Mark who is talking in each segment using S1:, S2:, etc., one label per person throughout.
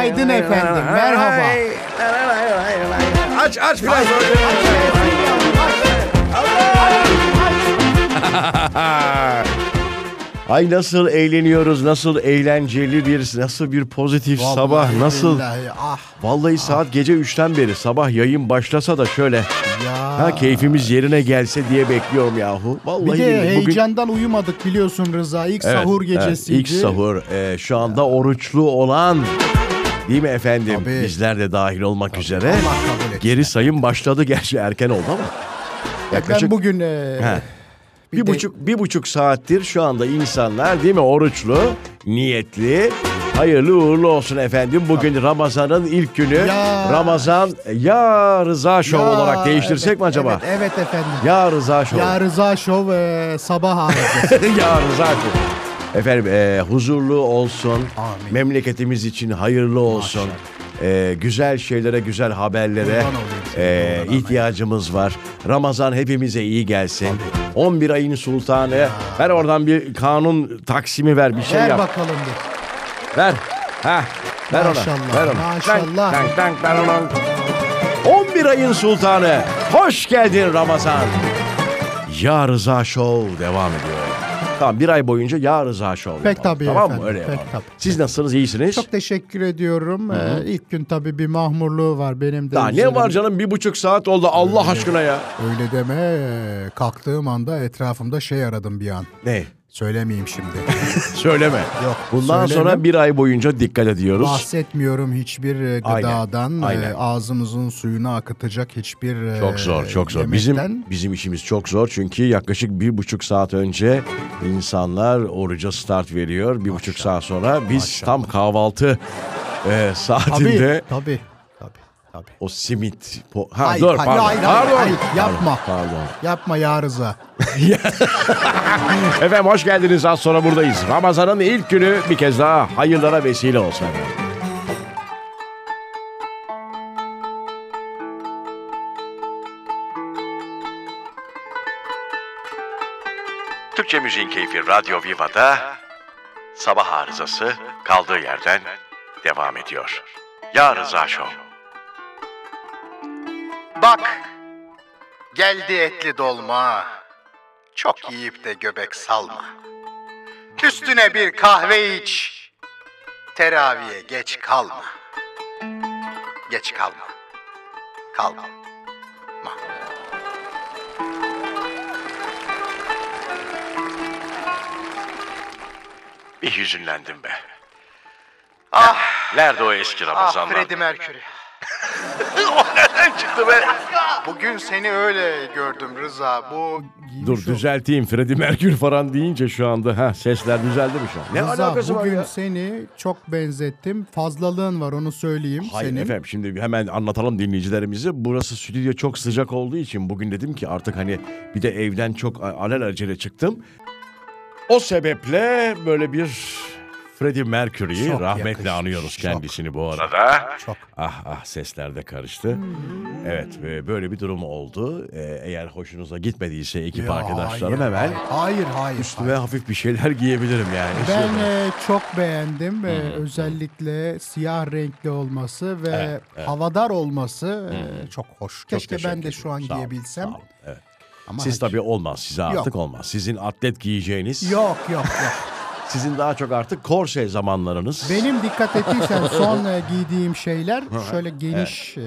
S1: efendim, merhaba.
S2: Aç aç biraz.
S3: Ay nasıl eğleniyoruz, nasıl eğlenceli bir, nasıl bir pozitif sabah,
S1: Vallahi
S3: nasıl?
S1: billahi, Ah
S3: Vallahi saat gece 3'ten beri sabah yayın başlasa da şöyle
S1: ya.
S3: ha keyfimiz yerine gelse diye bekliyorum yahu. Vallahi
S1: Bir de
S3: billahi bugün-
S1: heyecandan uyumadık biliyorsun Rıza. İlk
S3: Evet,
S1: sahur
S3: evet,
S1: gecesiydi.
S3: İlk sahur. Ee, şu anda oruçlu olan değil mi efendim?
S1: Tabii.
S3: Bizler de dahil olmak üzere.
S1: Allah kabul etsin.
S3: Geri sayım başladı gerçi erken oldu ama.
S1: Ben
S3: Yaklaşık
S1: bugün e,
S3: He.
S1: bir
S3: bir,
S1: de-
S3: buçuk bir buçuk saattir şu anda insanlar değil mi oruçlu, niyetli. Hayırlı uğurlu olsun efendim. Bugün Ramazan'ın ilk günü.
S1: Ya.
S3: Ramazan e, ya Rıza Show
S1: Ya,
S3: olarak değiştirsek
S1: evet,
S3: mi acaba?
S1: Evet, evet efendim. Ya,
S3: Ya Rıza Show.
S1: Rıza Şov e, sabah harika.
S3: Yarın zaten. Efendim e, huzurlu olsun.
S1: Amin.
S3: Memleketimiz için hayırlı olsun. E, güzel şeylere, güzel haberlere
S1: Kurban olayım senin
S3: e,
S1: yoluna
S3: ihtiyacımız var. Ramazan hepimize iyi gelsin. 11 ayın sultanı. Ver oradan bir kanun taksimi ver, bir şey
S1: Ver
S3: yap.
S1: bakalım bir.
S3: Ver. Ha. Ver
S1: Maşallah,
S3: ona. Ver ona.
S1: maşallah.
S3: Dank, dank, dank, ver ona. 11 ayın sultanı. Hoş geldin Ramazan. Ya Rıza Show devam ediyor. Tamam bir ay boyunca Ya Rıza Show.
S1: Pek
S3: yapalım.
S1: tabii
S3: Tamam
S1: efendim,
S3: mı? Öyle
S1: pek
S3: yapalım.
S1: tabii.
S3: Siz nasılsınız? İyisiniz?
S1: Çok teşekkür ediyorum. E, ilk gün tabii bir mahmurluğu var benim de.
S3: Daha ne
S1: üzerim-
S3: var canım bir buçuk saat oldu
S1: Ee,
S3: Allah aşkına ya.
S1: Öyle deme. e, Kalktığım anda etrafımda şey aradım bir an.
S3: Ne?
S1: Söylemeyeyim şimdi.
S3: Söyleme.
S1: Yok,
S3: Bundan
S1: söyleme.
S3: sonra bir ay boyunca dikkat ediyoruz.
S1: Bahsetmiyorum hiçbir e,
S3: Aynen,
S1: gıdadan. e,
S3: aynen.
S1: Ağzımızın suyunu akıtacak hiçbir e,
S3: Çok zor, çok zor. Bizim
S1: yemekten.
S3: bizim işimiz çok zor çünkü yaklaşık bir buçuk saat önce insanlar oruca start veriyor. Bir buçuk saat sonra biz tam kahvaltı e,
S1: Tabii,
S3: saatinde
S1: tabii, tabii, tabii.
S3: o simit. po- ha,
S1: Hayır,
S3: dur,
S1: hayır,
S3: pardon.
S1: hayır, hayır,
S3: pardon.
S1: hayır, yapma.
S3: Pardon. pardon.
S1: Yapma ya Rıza.
S3: Efendim hoş geldiniz. Az sonra buradayız. Ramazan'ın ilk günü bir kez daha hayırlara vesile olsun efendim. Türkçe Müziğin Keyfi Radyo Viva'da sabah arızası kaldığı yerden devam ediyor. Ya Rıza Show.
S4: Bak, geldi etli dolma. Çok yiyip de göbek salma. Üstüne bir kahve iç. Teraviye geç kalma. Geç kalma. Kalma.
S3: Bir hüzünlendim be. Ah. Nerede o eski
S4: Ah
S3: Ramazanlar?
S4: Freddie Mercury.
S3: o nereden çıktı be?
S4: Bugün seni öyle gördüm Rıza. Bu
S3: Dur düzelteyim. Freddie Mercury falan deyince şu anda ha sesler düzeldi mi şu an? Ne
S1: Rıza
S3: alakası var
S1: bugün
S3: ya?
S1: seni çok benzettim. Fazlalığın var onu söyleyeyim
S3: Hayır
S1: senin.
S3: efendim şimdi hemen anlatalım dinleyicilerimize. Burası stüdyo çok sıcak olduğu için bugün dedim ki artık hani bir de evden çok a- alelacele çıktım. O sebeple böyle bir Freddie Mercury'yi
S1: Çok
S3: rahmetle
S1: yakışmış,
S3: anıyoruz
S1: çok.
S3: kendisini bu arada.
S1: Çok. Hmm.
S3: Ah ah sesler de karıştı. Evet e, böyle bir durum oldu. E, Eğer hoşunuza gitmediyse ekip
S1: Ya,
S3: arkadaşlarım
S1: hayır,
S3: hemen
S1: Hayır hayır.
S3: üstüme şey hafif bir şeyler giyebilirim yani.
S1: Ben
S3: Şöyle.
S1: e, çok beğendim ve
S3: Hmm.
S1: özellikle siyah renkli olması ve havadar olması e, çok hoş. Keşke
S3: Hmm. Teşekkür
S1: ben de şu
S3: ediyorum.
S1: an
S3: Sağ olun,
S1: giyebilsem.
S3: sağ olun. Evet.
S1: Ama
S3: Siz
S1: hadi.
S3: tabii olmaz. Size artık olmaz. Sizin atlet giyeceğiniz,
S1: Yok yok yok.
S3: sizin daha çok artık korse zamanlarınız.
S1: Benim dikkat ettiysen son e, giydiğim şeyler şöyle geniş e,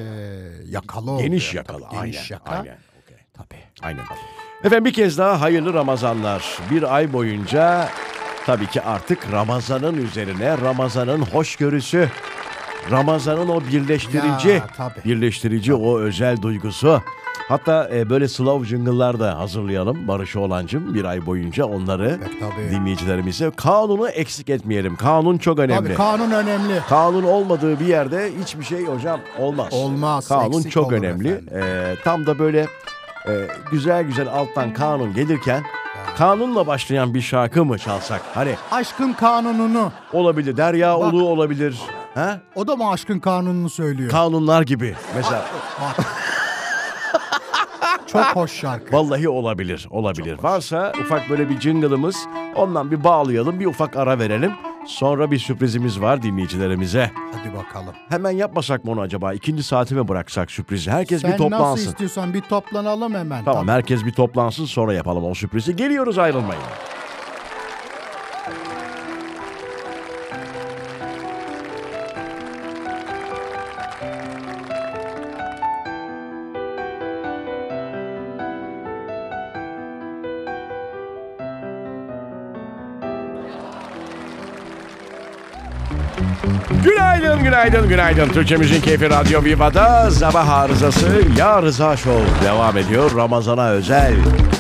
S1: yakalı oluyor.
S3: geniş yakalı.
S1: Tabii, geniş
S3: aynen.
S1: yaka.
S3: Aynen. okey.
S1: Tabii.
S3: Aynen. Efendim bir kez daha hayırlı Ramazanlar. Bir ay boyunca tabii ki artık Ramazan'ın üzerine Ramazan'ın hoşgörüsü, Ramazan'ın o birleştirici,
S1: Ya, tabii.
S3: birleştirici o özel duygusu. Hatta e, böyle slow jingle'lar da hazırlayalım Barış Oğlancım bir ay boyunca onları
S1: E, tabii.
S3: dinleyicilerimize. Kanunu eksik etmeyelim. Kanun çok önemli.
S1: Tabii kanun önemli.
S3: Kanun olmadığı bir yerde hiçbir şey hocam olmaz.
S1: Olmaz,
S3: Kanun
S1: eksik
S3: çok
S1: olur
S3: önemli.
S1: efendim.
S3: Ee, tam da böyle e, güzel güzel alttan kanun gelirken kanunla başlayan bir şarkı mı çalsak? Hani
S1: Aşkın kanununu.
S3: olabilir Derya
S1: Bak.
S3: Ulu olabilir. Ha?
S1: O da mı aşkın kanununu söylüyor?
S3: Kanunlar gibi mesela.
S1: Bak. Çok hoş şarkı.
S3: Vallahi olabilir, olabilir. Varsa ufak böyle bir jingle'ımız ondan bir bağlayalım, bir ufak ara verelim. Sonra bir sürprizimiz var dinleyicilerimize.
S1: Hadi bakalım.
S3: Hemen yapmasak mı onu acaba? İkinci saati mi bıraksak sürprizi? Herkes
S1: Sen
S3: bir
S1: nasıl
S3: toplansın.
S1: istiyorsan bir toplanalım hemen.
S3: Tamam herkes bir toplansın sonra yapalım o sürprizi. Geliyoruz ayrılmayın. Günaydın, günaydın, günaydın. Türkçemizin Keyfi Radyo Viva'da sabah arızası Ya Rıza Show devam ediyor. Ramazan'a özel.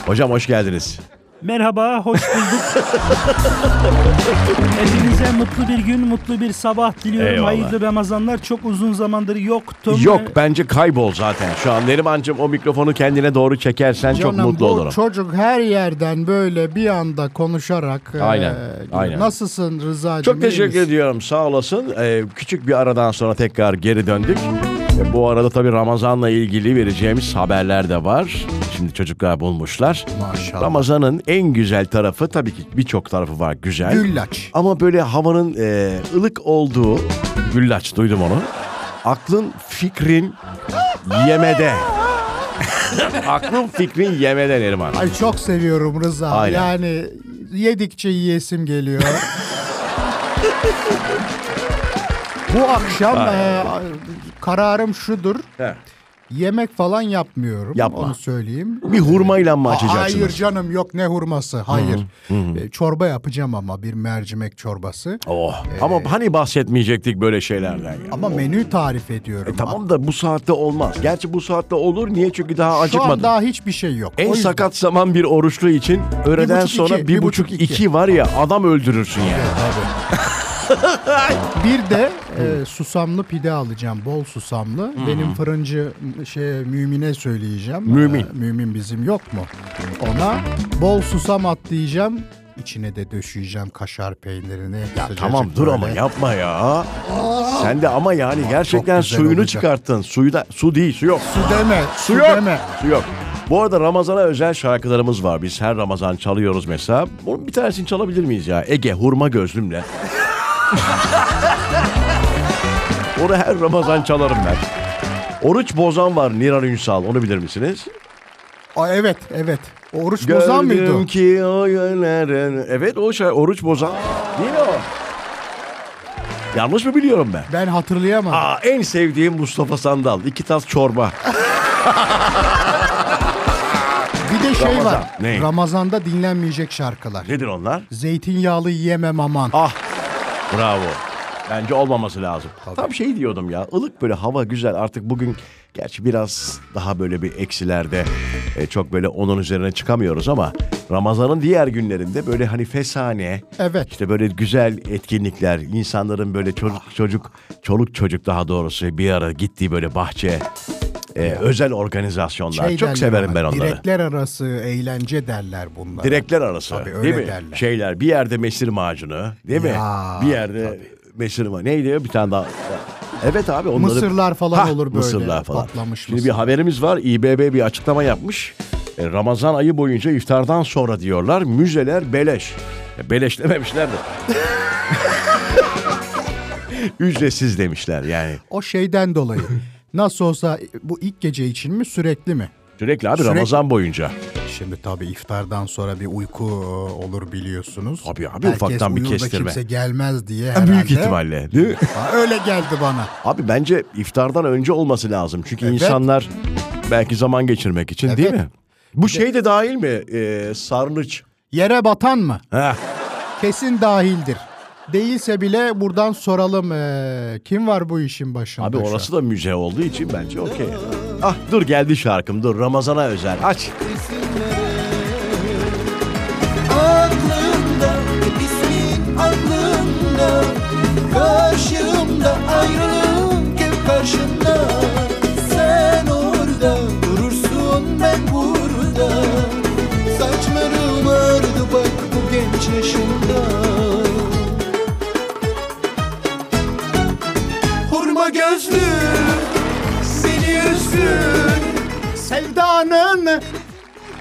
S3: Hocam hoş geldiniz.
S2: Merhaba, hoş bulduk. Hepinize mutlu bir gün, mutlu bir sabah diliyorum.
S3: Eyvallah.
S2: Hayırlı Ramazanlar. Çok uzun zamandır yoktum.
S3: Yok bence kaybol zaten. Şu an Neriman'cığım o mikrofonu kendine doğru çekersen
S1: Canım,
S3: çok mutlu
S1: bu
S3: olurum.
S1: Çocuk her yerden böyle bir anda konuşarak. e,
S3: Aynen, aynen.
S1: Nasılsın Rıza'cığım?
S3: Çok
S1: iyi
S3: teşekkür
S1: misin?
S3: ediyorum sağ olasın. Ee, küçük bir aradan sonra tekrar geri döndük. Ee, bu arada tabii Ramazan'la ilgili vereceğimiz haberler de var. Şimdi çocuklar bulmuşlar.
S1: Maşallah.
S3: Ramazan'ın en güzel tarafı tabii ki birçok tarafı var güzel.
S1: Güllaç.
S3: Ama böyle havanın e, ılık olduğu güllaç duydum onu. Aklın fikrin yemede. Aklın fikrin yemede Neriman.
S1: Ay çok seviyorum Rıza.
S3: Aynen.
S1: Yani yedikçe yiyesim geliyor. Bu akşam e, kararım şudur.
S3: He.
S1: Yemek falan yapmıyorum.
S3: Yapma.
S1: Onu söyleyeyim.
S3: Bir hurmayla mı
S1: Aa,
S3: açacaksınız?
S1: Hayır canım yok ne hurması. Hayır. E, Çorba yapacağım ama bir mercimek çorbası.
S3: Oh. Ama hani bahsetmeyecektik böyle şeylerden ya.
S1: Ama menü tarif ediyorum.
S3: E, Tamam da bu saatte olmaz. Gerçi bu saatte olur. Niye? Çünkü daha
S1: Şu an
S3: acıkmadım.
S1: daha hiçbir şey yok.
S3: En
S1: O yüzden-
S3: sakat zaman bir oruçlu için öğleden
S1: buçuk
S3: sonra
S1: iki,
S3: bir
S1: bir
S3: buçuk
S1: buçuk iki.
S3: iki var ya adam öldürürsün yani.
S1: Bir de e, susamlı pide alacağım. Bol susamlı. Benim fırıncı m- şey Mümin'e söyleyeceğim.
S3: Mümin.
S1: E, mümin bizim yok mu? Ona bol susam atlayacağım. İçine de döşeyeceğim kaşar peynirini. sıcacık
S3: Tamam dur ama
S1: böyle.
S3: yapma ya. Sen de ama yani gerçekten
S1: güzel
S3: suyunu
S1: olacak.
S3: çıkarttın. Suyu da su değil, su yok.
S1: Su deme. Su,
S3: Su yok.
S1: deme.
S3: Su yok. Bu arada Ramazan'a özel şarkılarımız var. Biz her Ramazan çalıyoruz mesela. Bunun bir tanesini çalabilir miyiz ya? Ege hurma gözlümle. Onu her Ramazan çalarım ben. Oruç bozan var Niran Ünsal. Onu bilir misiniz?
S1: Aa, evet evet. Oruç bozan mıydı? o?
S3: Gördüm ki o yönlerin... Evet o şey oruç bozan. Değil mi o? Yanlış mı biliyorum ben?
S1: Ben hatırlayamadım.
S3: Aa, en sevdiğim Mustafa Sandal. İki tas çorba.
S1: Bir de şey
S3: Ramazan.
S1: var.
S3: Ne?
S1: Ramazanda dinlenmeyecek şarkılar.
S3: Nedir onlar?
S1: Zeytinyağlı yiyemem aman.
S3: Ah bravo. Bence olmaması lazım. Tam şey diyordum ya ılık böyle hava güzel artık bugün gerçi biraz daha böyle bir eksilerde e, çok böyle onun üzerine çıkamıyoruz ama Ramazan'ın diğer günlerinde böyle hani fesane
S1: Evet.
S3: işte böyle güzel etkinlikler insanların böyle
S1: Ah.
S3: çocuk çocuk çoluk çocuk daha doğrusu bir ara gittiği böyle bahçe e, özel organizasyonlar
S1: Şey derler
S3: çok severim
S1: ona,
S3: ben onları.
S1: Direkler arası eğlence derler bunlara.
S3: Direkler arası.
S1: Tabii, öyle
S3: değil mi? Şey-
S1: derler.
S3: Şeyler bir yerde mesir macunu değil mi?
S1: Ya,
S3: Bir yerde mesir ma neydi ya bir tane daha. Evet abi onları
S1: Mısırlar falan olur böyle,
S3: Mısırlar falan.
S1: patlamış
S3: Şimdi bir
S1: mısır.
S3: haberimiz var. İBB bir açıklama yapmış. E, Ramazan ayı boyunca iftardan sonra diyorlar müzeler beleş. E, Beleş dememişler de. Ücretsiz demişler yani.
S1: O şeyden dolayı. Nasıl olsa bu ilk gece için mi sürekli mi?
S3: Sürekli abi
S1: Sürekli-
S3: Ramazan boyunca.
S1: Şimdi tabii iftardan sonra bir uyku e, olur biliyorsunuz.
S3: Tabii abi,
S1: Herkes
S3: ufaktan bir
S1: uyur da
S3: kestirme.
S1: kimse gelmez diye
S3: En
S1: herhalde.
S3: Büyük ihtimalle değil mi?
S1: Ha, Öyle geldi bana.
S3: Abi bence iftardan önce olması lazım. Çünkü
S1: Evet.
S3: insanlar belki zaman geçirmek için değil
S1: Evet.
S3: mi? Bu şey de dahil mi? Ee, sarnıç.
S1: Yere batan mı?
S3: Heh.
S1: Kesin dahildir. Değilse bile buradan soralım. e, kim var bu işin başında?
S3: Abi
S1: şu an?
S3: orası da müze olduğu için bence okey. Ah dur geldi şarkım dur Ramazan'a özel. Aç.
S5: aklımda ismin aklımda Karşımda ayrılık hep karşımda Sen orada durursun ben burada Saçlarım ördü bak bu genç yaşımda Hurma gözlü seni üzdüm
S1: Sevdanın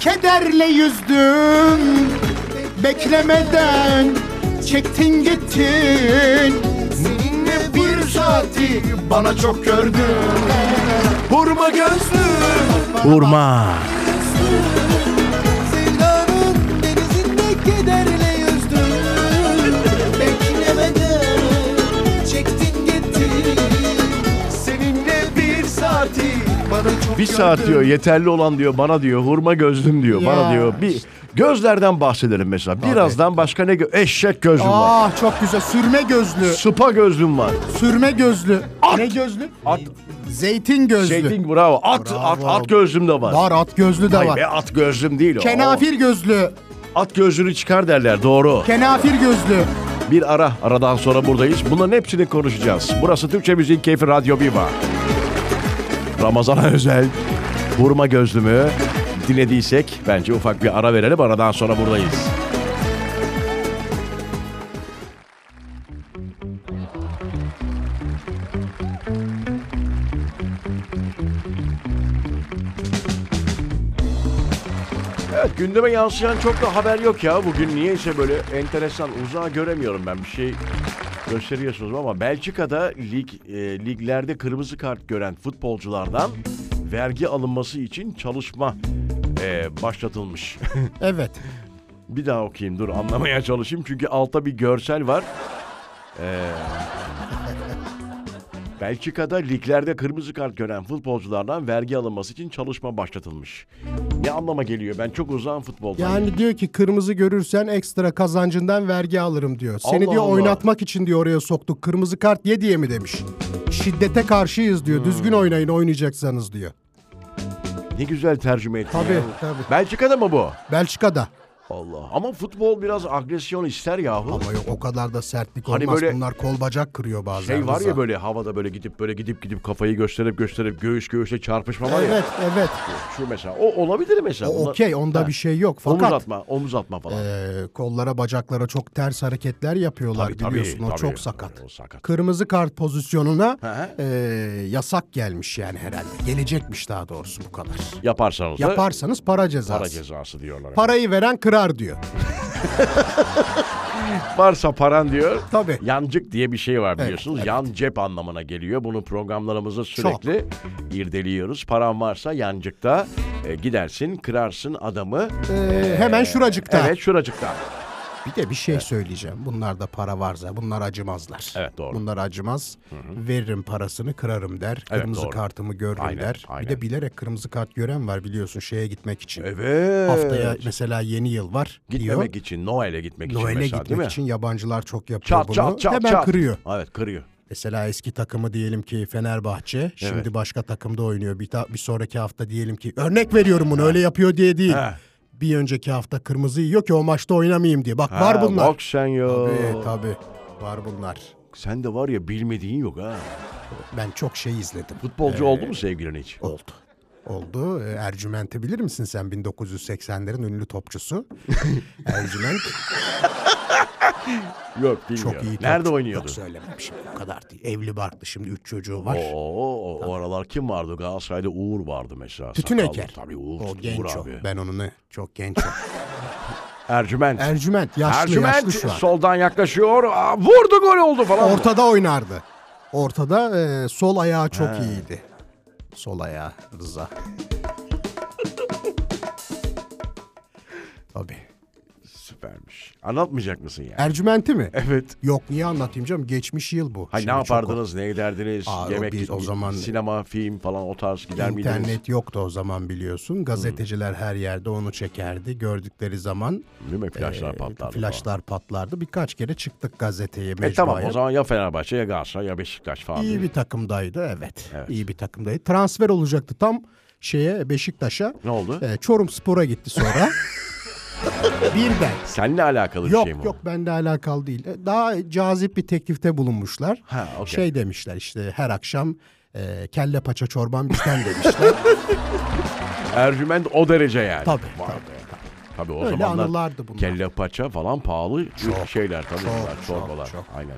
S1: kederle yüzdüm Beklemeden
S6: çektin gittin Seninle bir saati bana çok gördün
S5: Hurma gözlü
S3: Hurma.
S5: Sevdanın denizinde kederle yüzdün Beklemeden çektin gittin Seninle bir saati bana çok
S3: Bir saat diyor yeterli olan diyor bana diyor hurma gözlüm diyor bana
S7: Ya
S3: diyor. Bir gözlerden bahsedelim mesela. Birazdan başka ne gö- eşek gözlüm var.
S7: Ah çok güzel. Sürme gözlü.
S3: Sıpa gözlüm var.
S7: Sürme gözlü. Ne gözlü?
S3: At
S7: Zeytin gözlü.
S3: Zeytin bravo. At at at gözlüm de var.
S7: Var at gözlü de
S3: Hayır
S7: var.
S3: be, at gözlüm değil o.
S7: Kenafir gözlü.
S3: O At gözlüğünü çıkar derler doğru.
S7: Kenafir gözlü.
S3: Bir ara aradan sonra buradayız. Bunların hepsini konuşacağız. Burası Türkçe Müziğin Keyfi Radyo Viva. Ramazan'a özel vurma gözlümü dinlediysek bence ufak bir ara verelim. Aradan sonra buradayız. Evet gündeme yansıyan çok da haber yok ya bugün. Niyeyse böyle enteresan uzağa göremiyorum ben bir şey gösteriyorsunuz ama Belçika'da lig e, liglerde kırmızı kart gören futbolculardan vergi alınması için çalışma e, başlatılmış.
S7: Evet.
S3: bir daha okuyayım dur anlamaya çalışayım çünkü altta bir görsel var. E, Belçika'da liglerde kırmızı kart gören futbolculardan vergi alınması için çalışma başlatılmış. Ne anlama geliyor? Ben çok uzağım futboldan.
S1: Yani diyor ki kırmızı görürsen ekstra kazancından vergi alırım diyor. Seni
S3: Allah
S1: diyor
S3: Allah.
S1: oynatmak için diyor oraya soktuk. Kırmızı kart ye diye mi demiş. Şiddete karşıyız
S3: Hmm.
S1: diyor. Düzgün oynayın oynayacaksanız diyor.
S3: Ne güzel tercüme ettin.
S1: Tabii,
S3: ya.
S1: tabii.
S3: Belçika'da mı bu?
S1: Belçika'da.
S3: Allah. Ama futbol biraz agresyon ister yahu.
S1: Ama yok o kadar da sertlik
S3: Hani
S1: olmaz.
S3: böyle-
S1: Bunlar kol bacak kırıyor bazen.
S3: şey var ya
S1: Rıza.
S3: böyle havada böyle gidip böyle gidip gidip kafayı gösterip gösterip göğüs göğüse çarpışma var ya.
S1: Evet evet.
S3: Şu mesela. O olabilir mesela.
S1: O
S3: Bunlar-
S1: okey onda
S3: Ha.
S1: bir şey yok.
S3: Omuz
S1: Fakat
S3: atma, omuz atma falan.
S1: e, kollara bacaklara çok ters hareketler yapıyorlar
S3: Tabii, tabii,
S1: biliyorsun. o
S3: tabii.
S1: çok sakat.
S3: O sakat.
S1: Kırmızı kart pozisyonuna
S3: He.
S1: e, yasak gelmiş yani herhalde. Gelecekmiş daha doğrusu bu kadar.
S3: Yaparsanız da
S1: Yaparsanız para cezası.
S3: para cezası diyorlar.
S1: Parayı veren kırar diyor.
S3: Varsa paran diyor.
S1: Tabii.
S3: Yancık diye bir şey var biliyorsunuz. Yan cep anlamına geliyor. Bunu programlarımızda sürekli irdeliyoruz. Paran varsa yancıkta e, gidersin, kırarsın adamı.
S1: Ee, hemen şuracıkta.
S3: Evet şuracıkta.
S1: Bir de bir şey söyleyeceğim. Bunlarda para varsa bunlar acımazlar.
S3: Evet, doğru.
S1: Bunlar acımaz. Veririm parasını kırarım der. Kırmızı
S3: doğru.
S1: kartımı görürüm
S3: Aynen,
S1: der.
S3: aynen.
S1: Bir de bilerek kırmızı kart gören var biliyorsun şeye gitmek için.
S3: Evet.
S1: Haftaya mesela yeni yıl var
S3: Gitmemek
S1: diyor.
S3: için, Noel'e gitmek için
S1: Noel'e
S3: mesela
S1: gitmek
S3: değil mi?
S1: için yabancılar çok yapıyor
S3: Çat
S1: bunu.
S3: çat çat
S1: Hemen
S3: çat.
S1: kırıyor.
S3: Evet kırıyor.
S1: Mesela eski takımı diyelim ki Fenerbahçe. Şimdi başka takımda oynuyor. Bir, ta- bir sonraki hafta diyelim ki örnek veriyorum bunu öyle yapıyor diye değil.
S3: He.
S1: Bir önceki hafta kırmızı yiyor ki o maçta oynamayayım diye. Bak var
S3: Ha,
S1: bunlar.
S3: Bak sen ya.
S1: Tabii tabii. Var bunlar.
S3: Sen de var ya bilmediğin yok ha.
S1: Ben çok şey izledim.
S3: Futbolcu oldu mu sevgilin hiç?
S1: Oldu. Oldu. Ee, Ercüment'i bilir misin sen 1980'lerin ünlü topçusu? Ercüment
S3: Yok bilmiyorum.
S1: çok iyi topçu.
S3: Nerede oynuyordu?
S1: Yok söylemem şimdi o kadar değil. Evli barklı şimdi 3 çocuğu var.
S3: Oo, o aralar kim vardı? Galatasaray'da Uğur vardı mesela.
S1: Tütün
S3: Sakallı.
S1: Eker.
S3: Tabii Uğur.
S1: O
S3: Uğur
S1: genç o.
S3: abi.
S1: Ben onunu çok genç o.
S3: Ercüment.
S1: Ercüment yaşlı yaşlı
S3: Ercüment
S1: şu an.
S3: soldan yaklaşıyor. Aa, vurdu gol oldu falan.
S1: Ortada oynardı. Ortada e, sol ayağı çok iyiydi. Sol ayağı Rıza. Tabii.
S3: Süpermiş. Anlatmayacak mısın ya?
S1: Ercüment'i mi?
S3: Evet.
S1: Yok niye anlatayım canım? Geçmiş yıl bu.
S3: Hayır,
S1: Şimdi
S3: ne
S1: çok-
S3: yapardınız, ne ederdiniz,
S1: Aa, o
S3: yemek,
S1: bir- o zaman-
S3: sinema, film falan o tarz gider miydiniz? Hmm.
S1: İnternet yoktu o zaman biliyorsun. Gazeteciler her yerde onu çekerdi. Gördükleri zaman
S3: Değil mi? Flaşlar
S1: e,
S3: patlardı falan.
S1: flaşlar patlardı. Birkaç kere çıktık gazeteye mecburen.
S3: E tamam o zaman ya Fenerbahçe ya Galatasaray ya Beşiktaş falan.
S1: İyi
S3: değil mi?
S1: bir takımdaydı evet.
S3: Evet.
S1: İyi bir takımdaydı. Transfer olacaktı tam şeye Beşiktaş'a.
S3: Ne oldu?
S1: Ee, Çorum Spor'a gitti sonra. Birden.
S3: Seninle alakalı bir
S1: Yok
S3: şey mi? o?
S1: yok bende alakalı değil. Ee, Daha cazip bir teklifte bulunmuşlar.
S3: Ha, okey.
S1: Şey demişler işte her akşam e, kelle paça çorban bizden demişler.
S3: Ercüment o derece yani.
S1: Tabii,
S3: Vay
S1: tabii,
S3: be. Tabii o
S1: Öyle
S3: zamanlar
S1: anılardı bunlar.
S3: kelle paça falan pahalı şeyler tabii bunlar, çorbalar.
S1: çok, çok.
S3: Aynen.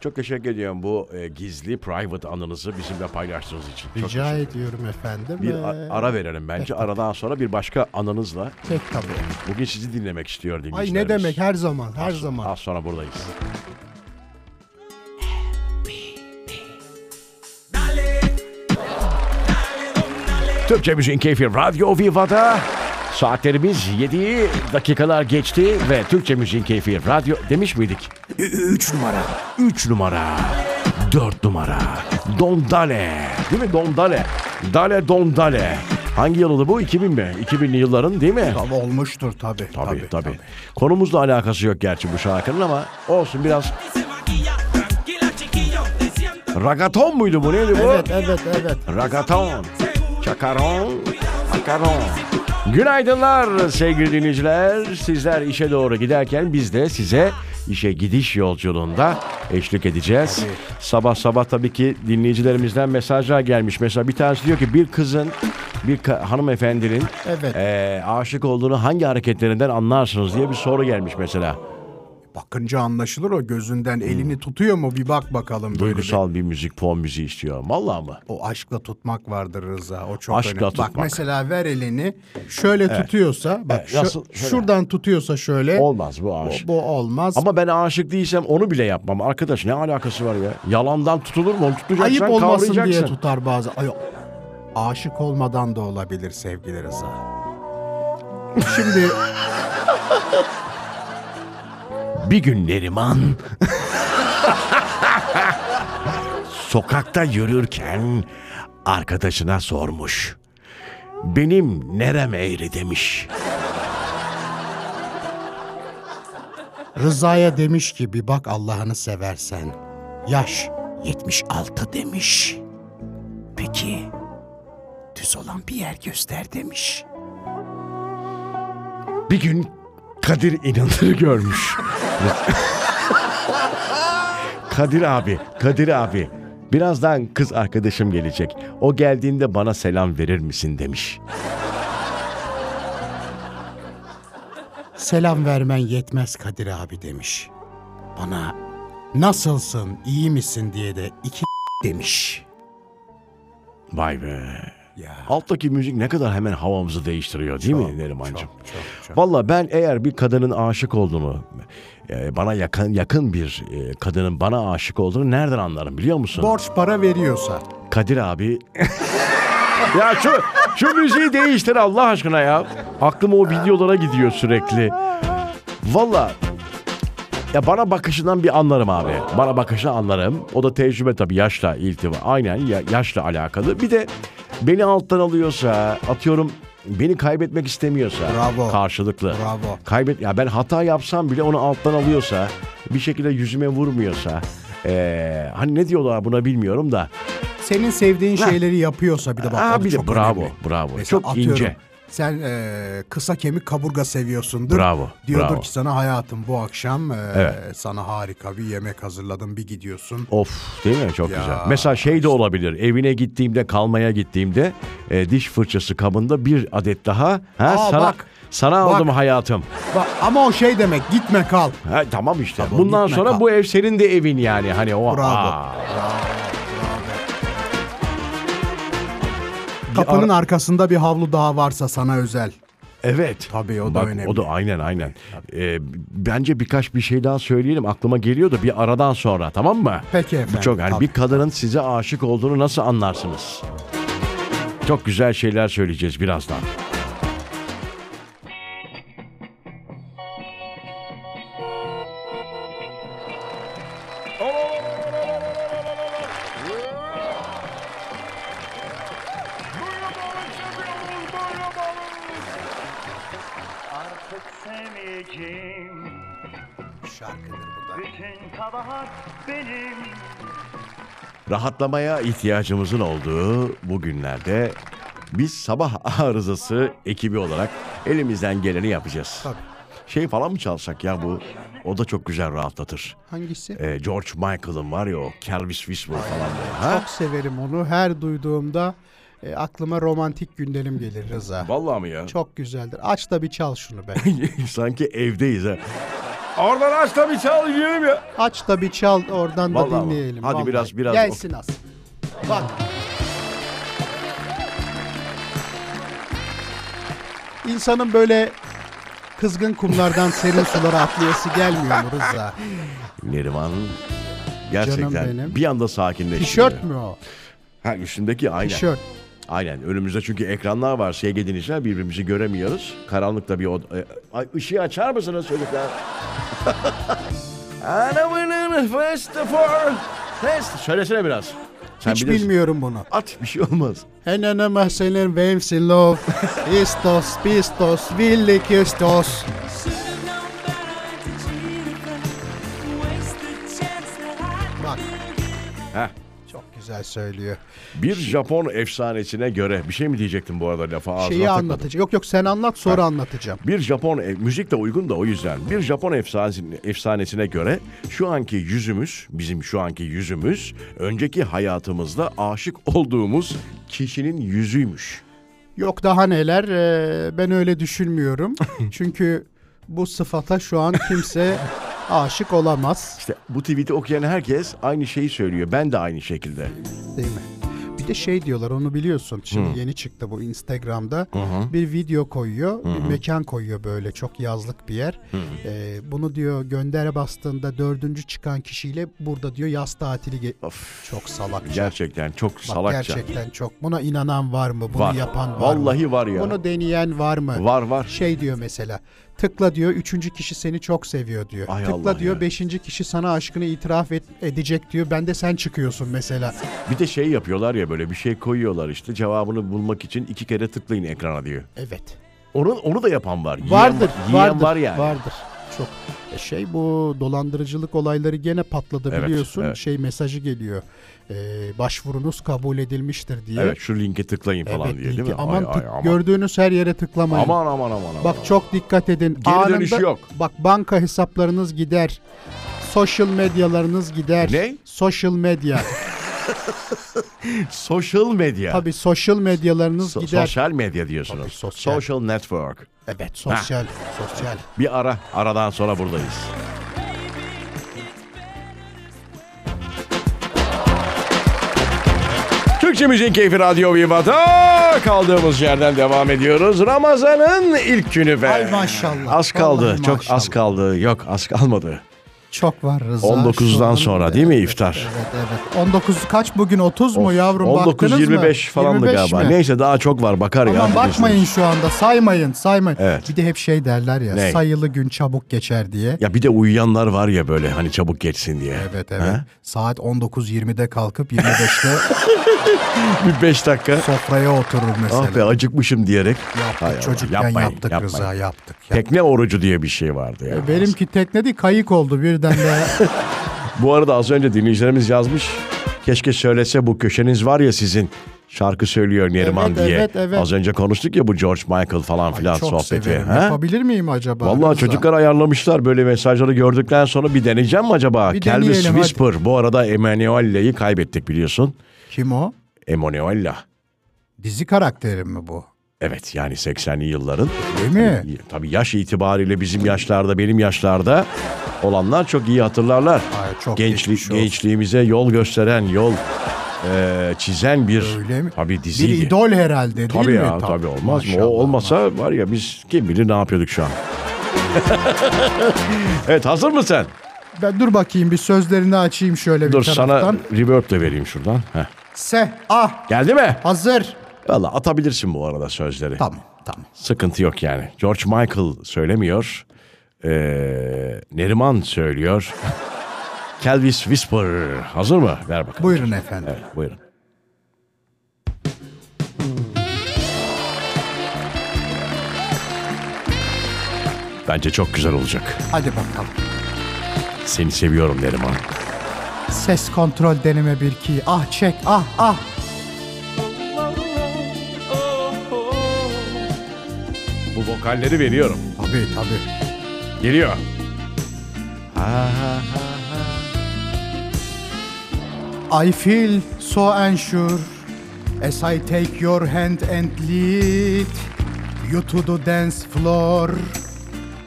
S3: Çok teşekkür ediyorum bu e, gizli private anınızı bizimle paylaştığınız için. Çok
S1: Rica ediyorum efendim.
S3: bir
S1: Ee,
S3: a- ara verelim bence. Aradan sonra bir başka anınızla
S1: Pek tabii.
S3: bugün sizi dinlemek istiyor
S1: Ay
S3: dinleyicilerimiz.
S1: ne demek her zaman her zaman.
S3: Az sonra buradayız. Türkçe Müziğin Keyfi Radyo Viva'da saatlerimiz 7 dakikalar geçti ve Türkçe Müziğin Keyfi Radyo demiş miydik? 3 numara, 3 numara, 4 numara, Dondale. Değil mi Dondale? Dale Dondale. Hangi yılıydı bu? 2000 mi? 2000'li yılların değil mi?
S1: Tabii olmuştur tabii.
S3: Tabii tabii. Konumuzla alakası yok gerçi bu şarkının ama olsun biraz. Ragaton muydu bu neydi bu?
S1: Evet evet evet.
S3: Ragaton. Çakaron. Akaron. Günaydınlar sevgili dinleyiciler. Sizler işe doğru giderken biz de size işe gidiş yolculuğunda eşlik edeceğiz. Sabah sabah tabii ki dinleyicilerimizden mesajlar gelmiş. Mesela bir tanesi diyor ki bir kızın, bir ka- hanımefendinin
S1: Evet.
S3: eee, aşık olduğunu hangi hareketlerinden anlarsınız diye bir soru gelmiş mesela.
S1: Bakınca anlaşılır o gözünden elini tutuyor mu bir bak bakalım. böyle bir.
S3: Duygusal bir müzik, fon müziği istiyor. Vallahi mı?
S1: O aşkla tutmak vardır Rıza. O çok
S3: Aşkla
S1: önemli.
S3: tutmak.
S1: Bak mesela ver elini şöyle tutuyorsa bak
S3: Evet,
S1: şu-
S3: nasıl- şöyle.
S1: şuradan tutuyorsa şöyle
S3: Olmaz bu
S1: bu,
S3: aşık.
S1: bu olmaz.
S3: Ama ben aşık değilsem onu bile yapmam. Arkadaş ne alakası var ya? Yalandan tutulur mu? Onu tutacaksın,
S1: Ayıp olmasın diye
S3: kavrayacaksın.
S1: tutar bazı. Ay, aşık olmadan da olabilir sevgili Rıza. Şimdi
S3: Bir gün Neriman sokakta yürürken arkadaşına sormuş. Benim nerem eğri demiş.
S1: Rıza'ya demiş ki bir bak Allah'ını seversen. Yaş 76 demiş. Peki düz olan bir yer göster demiş.
S3: Bir gün Kadir İnanır'ı görmüş. Kadir abi, Kadir abi. Birazdan kız arkadaşım gelecek. O geldiğinde bana selam verir misin demiş.
S1: Selam vermen yetmez Kadir abi demiş. Bana nasılsın iyi misin diye de iki demiş.
S3: Vay be. Alttaki müzik ne kadar hemen havamızı değiştiriyor değil mi Nerimancığım? Valla ben eğer bir kadının aşık olduğunu, e, bana yakın yakın bir e, kadının bana aşık olduğunu nereden anlarım biliyor musun?
S1: Borç para veriyorsa.
S3: Kadir abi. ya şu şu müziği değiştir Allah aşkına ya. Aklım o videolara gidiyor sürekli. Valla ya bana bakışından bir anlarım abi. Bana bakışı anlarım. O da tecrübe tabii yaşla iltiva. Aynen ya- yaşla alakalı. Bir de beni alttan alıyorsa atıyorum beni kaybetmek istemiyorsa
S1: Bravo.
S3: karşılıklı.
S1: Bravo.
S3: Kaybet ya ben hata yapsam bile onu alttan alıyorsa bir şekilde yüzüme vurmuyorsa ee, hani ne diyorlar buna bilmiyorum da
S1: Senin sevdiğin şeyleri yapıyorsa bir de bak. o
S3: Aa,
S1: da
S3: bir de
S1: çok
S3: bravo,
S1: önemli.
S3: bravo.
S1: Mesela
S3: Çok
S1: atıyorum,
S3: ince.
S1: Sen e, kısa kemik kaburga seviyorsundur.
S3: Bravo,
S1: Diyordur
S3: bravo.
S1: ki sana hayatım bu akşam e,
S3: Evet.
S1: sana harika bir yemek hazırladım bir gidiyorsun.
S3: Of değil mi? Çok
S1: Ya.
S3: güzel. Mesela şey de olabilir. Evine gittiğimde, kalmaya gittiğimde e, diş fırçası kabında bir adet daha. Ha,
S1: Aa,
S3: sana
S1: bak.
S3: sana
S1: Bak.
S3: aldım hayatım.
S1: Bak, ama o şey demek gitme kal.
S3: Ha, tamam işte.
S1: Tamam,
S3: Bundan
S1: gitme,
S3: sonra
S1: kal.
S3: bu ev senin de evin yani. Hani o.
S1: Bravo.
S3: Aa.
S1: Kapının arkasında bir havlu daha varsa sana özel.
S3: Evet.
S1: Tabii, o da
S3: Bak,
S1: önemli.
S3: O da aynen aynen. E, bence birkaç bir şey daha söyleyelim. Aklıma geliyor da bir aradan sonra tamam mı?
S1: Peki
S3: Bu
S1: efendim.
S3: çok yani
S1: tabii.
S3: bir kadının size aşık olduğunu nasıl anlarsınız? Çok güzel şeyler söyleyeceğiz birazdan.
S8: Artık sevmeyeceğim
S1: Şarkıdır bu da.
S8: Bütün kabahat benim
S3: Rahatlamaya ihtiyacımızın olduğu bu günlerde biz sabah arızası ekibi olarak elimizden geleni yapacağız.
S1: Tabii.
S3: Şey falan mı çalsak ya bu? O da çok güzel rahatlatır.
S1: Hangisi?
S3: Ee, George Michael'ın var ya o Kelvis Whisper falan böyle. Ha?
S1: Çok severim onu. Her duyduğumda e, aklıma romantik günlerim gelir Rıza.
S3: Vallahi mi ya?
S1: Çok güzeldir. Aç da bir çal şunu be.
S3: Sanki evdeyiz ha. Oradan aç tabii çal yürüyeyim ya.
S1: Aç tabi çal oradan
S3: Vallahi
S1: da
S3: bak.
S1: dinleyelim.
S3: Hadi biraz- biraz
S1: Gelsin az. Bak. İnsanın böyle kızgın kumlardan serin sulara atlayası gelmiyor mu Rıza?
S3: Neriman gerçekten
S1: benim.
S3: bir anda sakinleşti.
S1: Tişört mü o?
S3: Ha üstündeki aynen.
S1: Tişört.
S3: Aynen önümüzde çünkü ekranlar var şey gidinişler birbirimizi göremiyoruz. Karanlıkta bir oda. e, Ay, ışığı açar mısınız çocuklar? Anamının first of all. First. Söylesene biraz. Sen
S1: Hiç
S3: bilirsin.
S1: bilmiyorum bunu.
S3: At bir şey olmaz.
S1: Henene mahsenen vemsi love. Istos, pistos, villi kistos. Bak.
S3: Heh.
S1: Çok güzel söylüyor.
S3: Bir Japon efsanesine göre bir şey mi diyecektim bu arada lafa ağzına
S1: Şeyi
S3: takmadım.
S1: anlatacağım. Yok yok sen anlat sonra anlatacağım.
S3: Bir Japon ev- müzik de uygun da o yüzden. Bir Japon efsanesine, efsanesine göre şu anki yüzümüz, bizim şu anki yüzümüz önceki hayatımızda aşık olduğumuz kişinin yüzüymüş.
S1: Yok daha neler ee, ben öyle düşünmüyorum. Çünkü bu sıfata şu an kimse aşık olamaz
S3: İşte bu tweet'i okuyan herkes aynı şeyi söylüyor. Ben de aynı şekilde.
S1: değil mi? Bir de şey diyorlar onu biliyorsun. Şimdi yeni çıktı bu Instagram'da. Bir video koyuyor. Bir mekan koyuyor böyle çok yazlık bir yer. Ee, bunu diyor göndere bastığında dördüncü çıkan kişiyle burada diyor yaz tatili. ge-
S3: Of.
S1: çok salakça.
S3: Gerçekten çok
S1: Bak
S3: salakça.
S1: gerçekten çok. Buna inanan var mı? Bunu
S3: Var.
S1: yapan var mı?
S3: Vallahi var ya.
S1: Bunu deneyen var mı?
S3: Var var.
S1: Şey diyor mesela. Tıkla diyor üçüncü kişi seni çok seviyor diyor.
S3: Ay
S1: Tıkla
S3: Allah
S1: diyor
S3: ya.
S1: beşinci kişi sana aşkını itiraf et- edecek diyor. Ben de sen çıkıyorsun mesela.
S3: Bir de şey yapıyorlar ya böyle bir şey koyuyorlar işte cevabını bulmak için iki kere tıklayın ekrana diyor.
S1: Evet.
S3: Onu, onu da yapan var. Yiyen-
S1: Vardır.
S3: yiyen
S1: vardır.
S3: var yani.
S1: Vardır. Çok. E Şey bu dolandırıcılık olayları gene patladı
S3: Evet,
S1: biliyorsun.
S3: evet.
S1: Şey mesajı geliyor. Ee, başvurunuz kabul edilmiştir diye.
S3: Evet şu linke tıklayın falan
S1: Evet,
S3: diye değil
S1: linki.
S3: mi?
S1: Aman,
S3: Ay,
S1: tık-
S3: ay, aman.
S1: gördüğünüz her yere tıklamayın.
S3: Aman aman aman. aman.
S1: Bak çok dikkat edin.
S3: Geri dönüşü yok.
S1: Bak banka hesaplarınız gider. Social medyalarınız gider.
S3: Ne?
S1: Social medya.
S3: Social medya.
S1: Tabii social medyalarınız
S3: So-
S1: gider.
S3: sosyal medya diyorsunuz.
S1: Tabii, sosyal.
S3: Social network.
S1: Evet sosyal. Sosyal.
S3: Bir ara. Aradan sonra buradayız. Türkçe Müziğin Keyfi Radyo Viva'da kaldığımız yerden devam ediyoruz. Ramazan'ın ilk günü be.
S1: Ay maşallah.
S3: Az kaldı.
S1: Vallahi
S3: Çok az
S1: maşallah.
S3: kaldı. Yok az kalmadı.
S1: Çok var Rıza.
S3: 19'dan
S1: Şu an-
S3: sonra değil mi iftar?
S1: Evet evet. 19 kaç bugün 30 mu
S3: Of,
S1: yavrum baktınız mı?
S3: 19-25 falandı
S1: 25
S3: galiba.
S1: mi?
S3: Neyse daha çok var bakar ya.
S1: Aman
S3: bilirsiniz.
S1: bakmayın şu anda saymayın saymayın.
S3: Evet.
S1: Bir de hep şey derler ya
S3: Ne?
S1: sayılı gün çabuk geçer diye.
S3: Ya bir de uyuyanlar var ya böyle hani çabuk geçsin diye.
S1: Evet evet. Saat 19.20'de kalkıp 25'te
S3: Bir 5 dakika.
S1: sofraya oturur mesela.
S3: Ah be acıkmışım diyerek.
S1: Yaptık
S3: Hay Allah,
S1: çocukken
S3: yapmayın,
S1: yaptık
S3: yapmayın.
S1: Rıza E, yaptık. yaptık.
S3: Tekne orucu diye bir şey vardı ya.
S1: Benimki tekne değil kayık oldu birden de.
S3: Bu arada az önce dinleyicilerimiz yazmış. Keşke söylese bu köşeniz var ya sizin şarkı söylüyor Neriman
S1: Evet,
S3: diye.
S1: evet, evet.
S3: Az önce konuştuk ya bu George Michael falan filan
S1: Çok
S3: sohbeti.
S1: severim.
S3: Ha?
S1: Yapabilir miyim acaba?
S3: Vallahi
S1: Rıza?
S3: çocuklar ayarlamışlar böyle mesajları gördükten sonra bir deneyeceğim mi acaba?
S1: Bir
S3: Kelvis
S1: deneyelim, hadi.
S3: Whisper. Bu arada Emanuelle'yi kaybettik biliyorsun.
S1: Kim o?
S3: Emanuella.
S1: Dizi karakteri mi bu?
S3: Evet yani 80'li yılların.
S1: Değil mi?
S3: Tabii yaş itibariyle bizim yaşlarda benim yaşlarda olanlar çok iyi hatırlarlar.
S1: Ay, çok
S3: Gençlik,
S1: geçmiş olsun.
S3: gençliğimize yol gösteren, yol eee, çizen bir
S1: Öyle mi?
S3: tabii diziydi.
S1: Bir idol herhalde değil
S3: tabii
S1: mi?
S3: ya tabii olmaz mı? O olmasa var ya biz kim bilir ne yapıyorduk şu an. evet hazır mısın?
S1: Ben dur bakayım bir sözlerini açayım şöyle bir
S3: Dur
S1: taraftan.
S3: sana reverb de vereyim şuradan. Heh.
S1: Se ah
S3: Geldi mi?
S1: hazır.
S3: Valla atabilirsin bu arada sözleri.
S1: Tamam tamam.
S3: Sıkıntı yok yani. George Michael söylemiyor. Ee, Neriman söylüyor. Kelvis Whisper. Hazır mı? Ver bakalım.
S1: Buyurun efendim.
S3: Evet, buyurun. Bence çok güzel olacak.
S1: Hadi bakalım.
S3: Seni seviyorum Neriman.
S1: Ses kontrol deneme bir ki. Ah çek ah ah.
S3: Bu vokalleri veriyorum.
S1: Tabii tabii.
S3: Geliyor.
S1: I feel so unsure as I take your hand and lead you to the dance floor.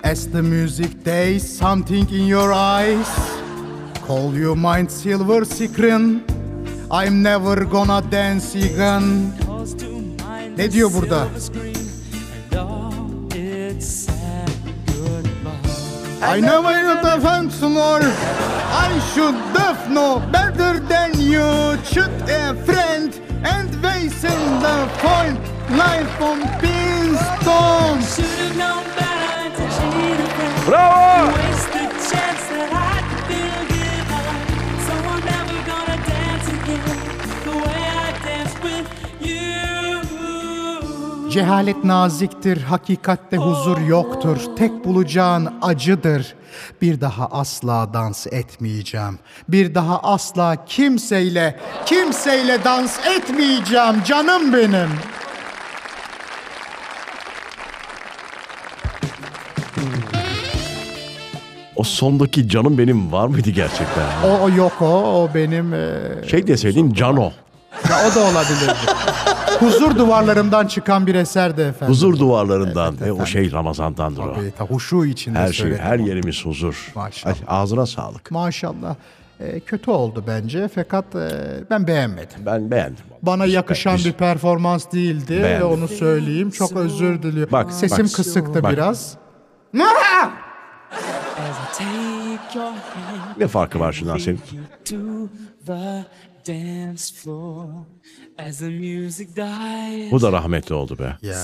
S1: As the music days, something in your eyes. Call you mine silver screen. I'm never gonna dance again. Ne diyor burada? I never had a thanks more. I should have know better than you. Shoot a friend and waste the point. Life on Princeton.
S3: Bravo!
S1: Cehalet naziktir, hakikatte huzur yoktur. Tek bulacağın acıdır. Bir daha asla dans etmeyeceğim. Bir daha asla kimseyle, kimseyle dans etmeyeceğim canım benim.
S3: O sondaki canım benim var mıydı gerçekten?
S1: O, o yok o, o benim. e, eee,
S3: Şey deseydin Cano.
S1: Ya o da olabilirdi. Huzur duvarlarımdan çıkan bir eserdi efendim.
S3: Huzur duvarlarından. e, o şey Ramazan'dandır o.
S1: Tabii, ta- huşu içinde
S3: Her şey,
S1: söyledim
S3: her
S1: onu.
S3: yerimiz huzur.
S1: Maşallah.
S3: Ay, Ağzına sağlık.
S1: Maşallah. Ee, kötü oldu bence fakat e, ben beğenmedim.
S3: Ben beğendim.
S1: Bana
S3: Biz-
S1: yakışan
S3: biz-
S1: bir performans değildi ve
S3: Beğendim.
S1: onu söyleyeyim. Çok özür diliyorum.
S3: Bak,
S1: Sesim
S3: bak.
S1: kısıktı
S3: Bak.
S1: biraz.
S3: Ne farkı var şundan senin? Bu da rahmetli oldu be.
S1: Ya.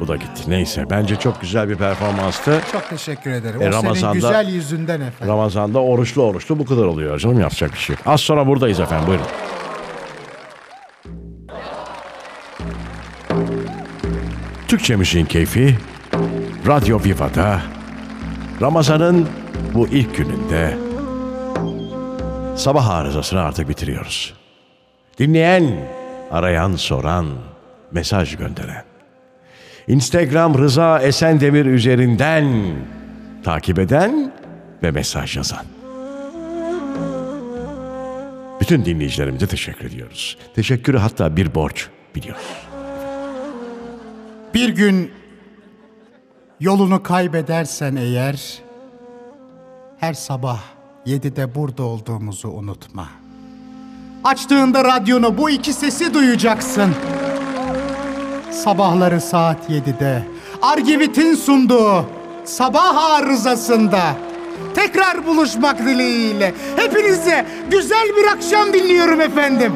S3: Bu da gitti. Neyse bence çok güzel bir performanstı.
S1: Çok teşekkür ederim.
S3: E,
S1: o
S3: Ramazan'da-
S1: senin güzel yüzünden efendim.
S3: Ramazan'da oruçlu oruçlu bu kadar oluyor canım yapacak bir şey yok. Az sonra buradayız efendim buyurun. Türkçe Müziğin Keyfi Radyo Viva'da Ramazan'ın bu ilk gününde sabah arızasını artık bitiriyoruz. Dinleyen, arayan, soran, mesaj gönderen. Instagram Rıza Esendemir üzerinden takip eden ve mesaj yazan. Bütün dinleyicilerimize teşekkür ediyoruz. Teşekkürü hatta bir borç biliyoruz.
S1: Bir gün yolunu kaybedersen eğer her sabah 7'de burada olduğumuzu unutma. Açtığında radyonu bu iki sesi duyacaksın. Sabahları saat 7'de Argivit'in sunduğu sabah arızasında tekrar buluşmak dileğiyle hepinize güzel bir akşam dinliyorum efendim.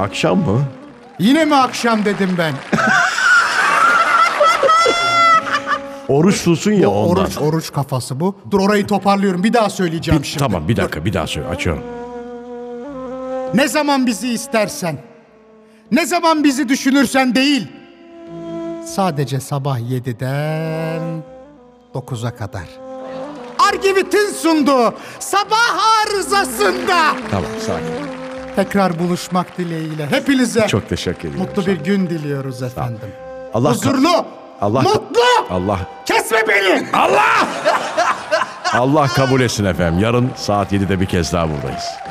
S3: Akşam mı?
S1: Yine mi akşam dedim ben?
S3: Oruç tutsun ya ondan.
S1: Oruç, oruç kafası bu. Dur orayı toparlıyorum. Bir daha söyleyeceğim şimdi.
S3: Tamam bir dakika bir daha söyle açıyorum.
S1: Ne zaman bizi istersen, ne zaman bizi düşünürsen değil. Sadece sabah 7'den 9'a kadar. Argivit'in sunduğu sabah arızasında
S3: Tamam sakin.
S1: tekrar buluşmak dileğiyle hepinize
S3: Çok teşekkür ederim.
S1: mutlu bir gün diliyoruz efendim.
S3: Allah
S1: Huzurlu,
S3: Allah
S1: mutlu,
S3: Allah
S1: kesme beni.
S3: Allah kabul etsin efendim. Yarın saat 7'de bir kez daha buradayız.